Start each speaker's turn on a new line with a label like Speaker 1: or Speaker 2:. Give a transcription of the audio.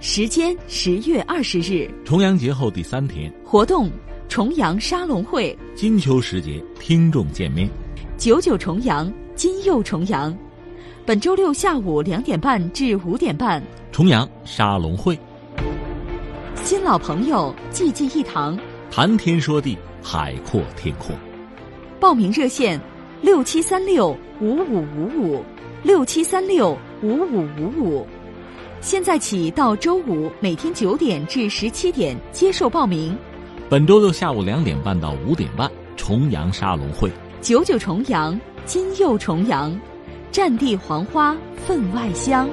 Speaker 1: 时间十月二十日，
Speaker 2: 重阳节后第三天，
Speaker 1: 活动重阳沙龙会，
Speaker 2: 金秋时节，听众见面。
Speaker 1: 九九重阳，金柚重阳。本周六下午两点半至五点半，
Speaker 2: 重阳沙龙会，
Speaker 1: 新老朋友济济一堂。
Speaker 2: 谈天说地，海阔天空。
Speaker 1: 报名热线：六七三六五五五五，六七三六五五五五。现在起到周五每天九点至十七点接受报名。
Speaker 2: 本周六下午两点半到五点半，重阳沙龙会。
Speaker 1: 九九重阳，金柚重阳，战地黄花分外香。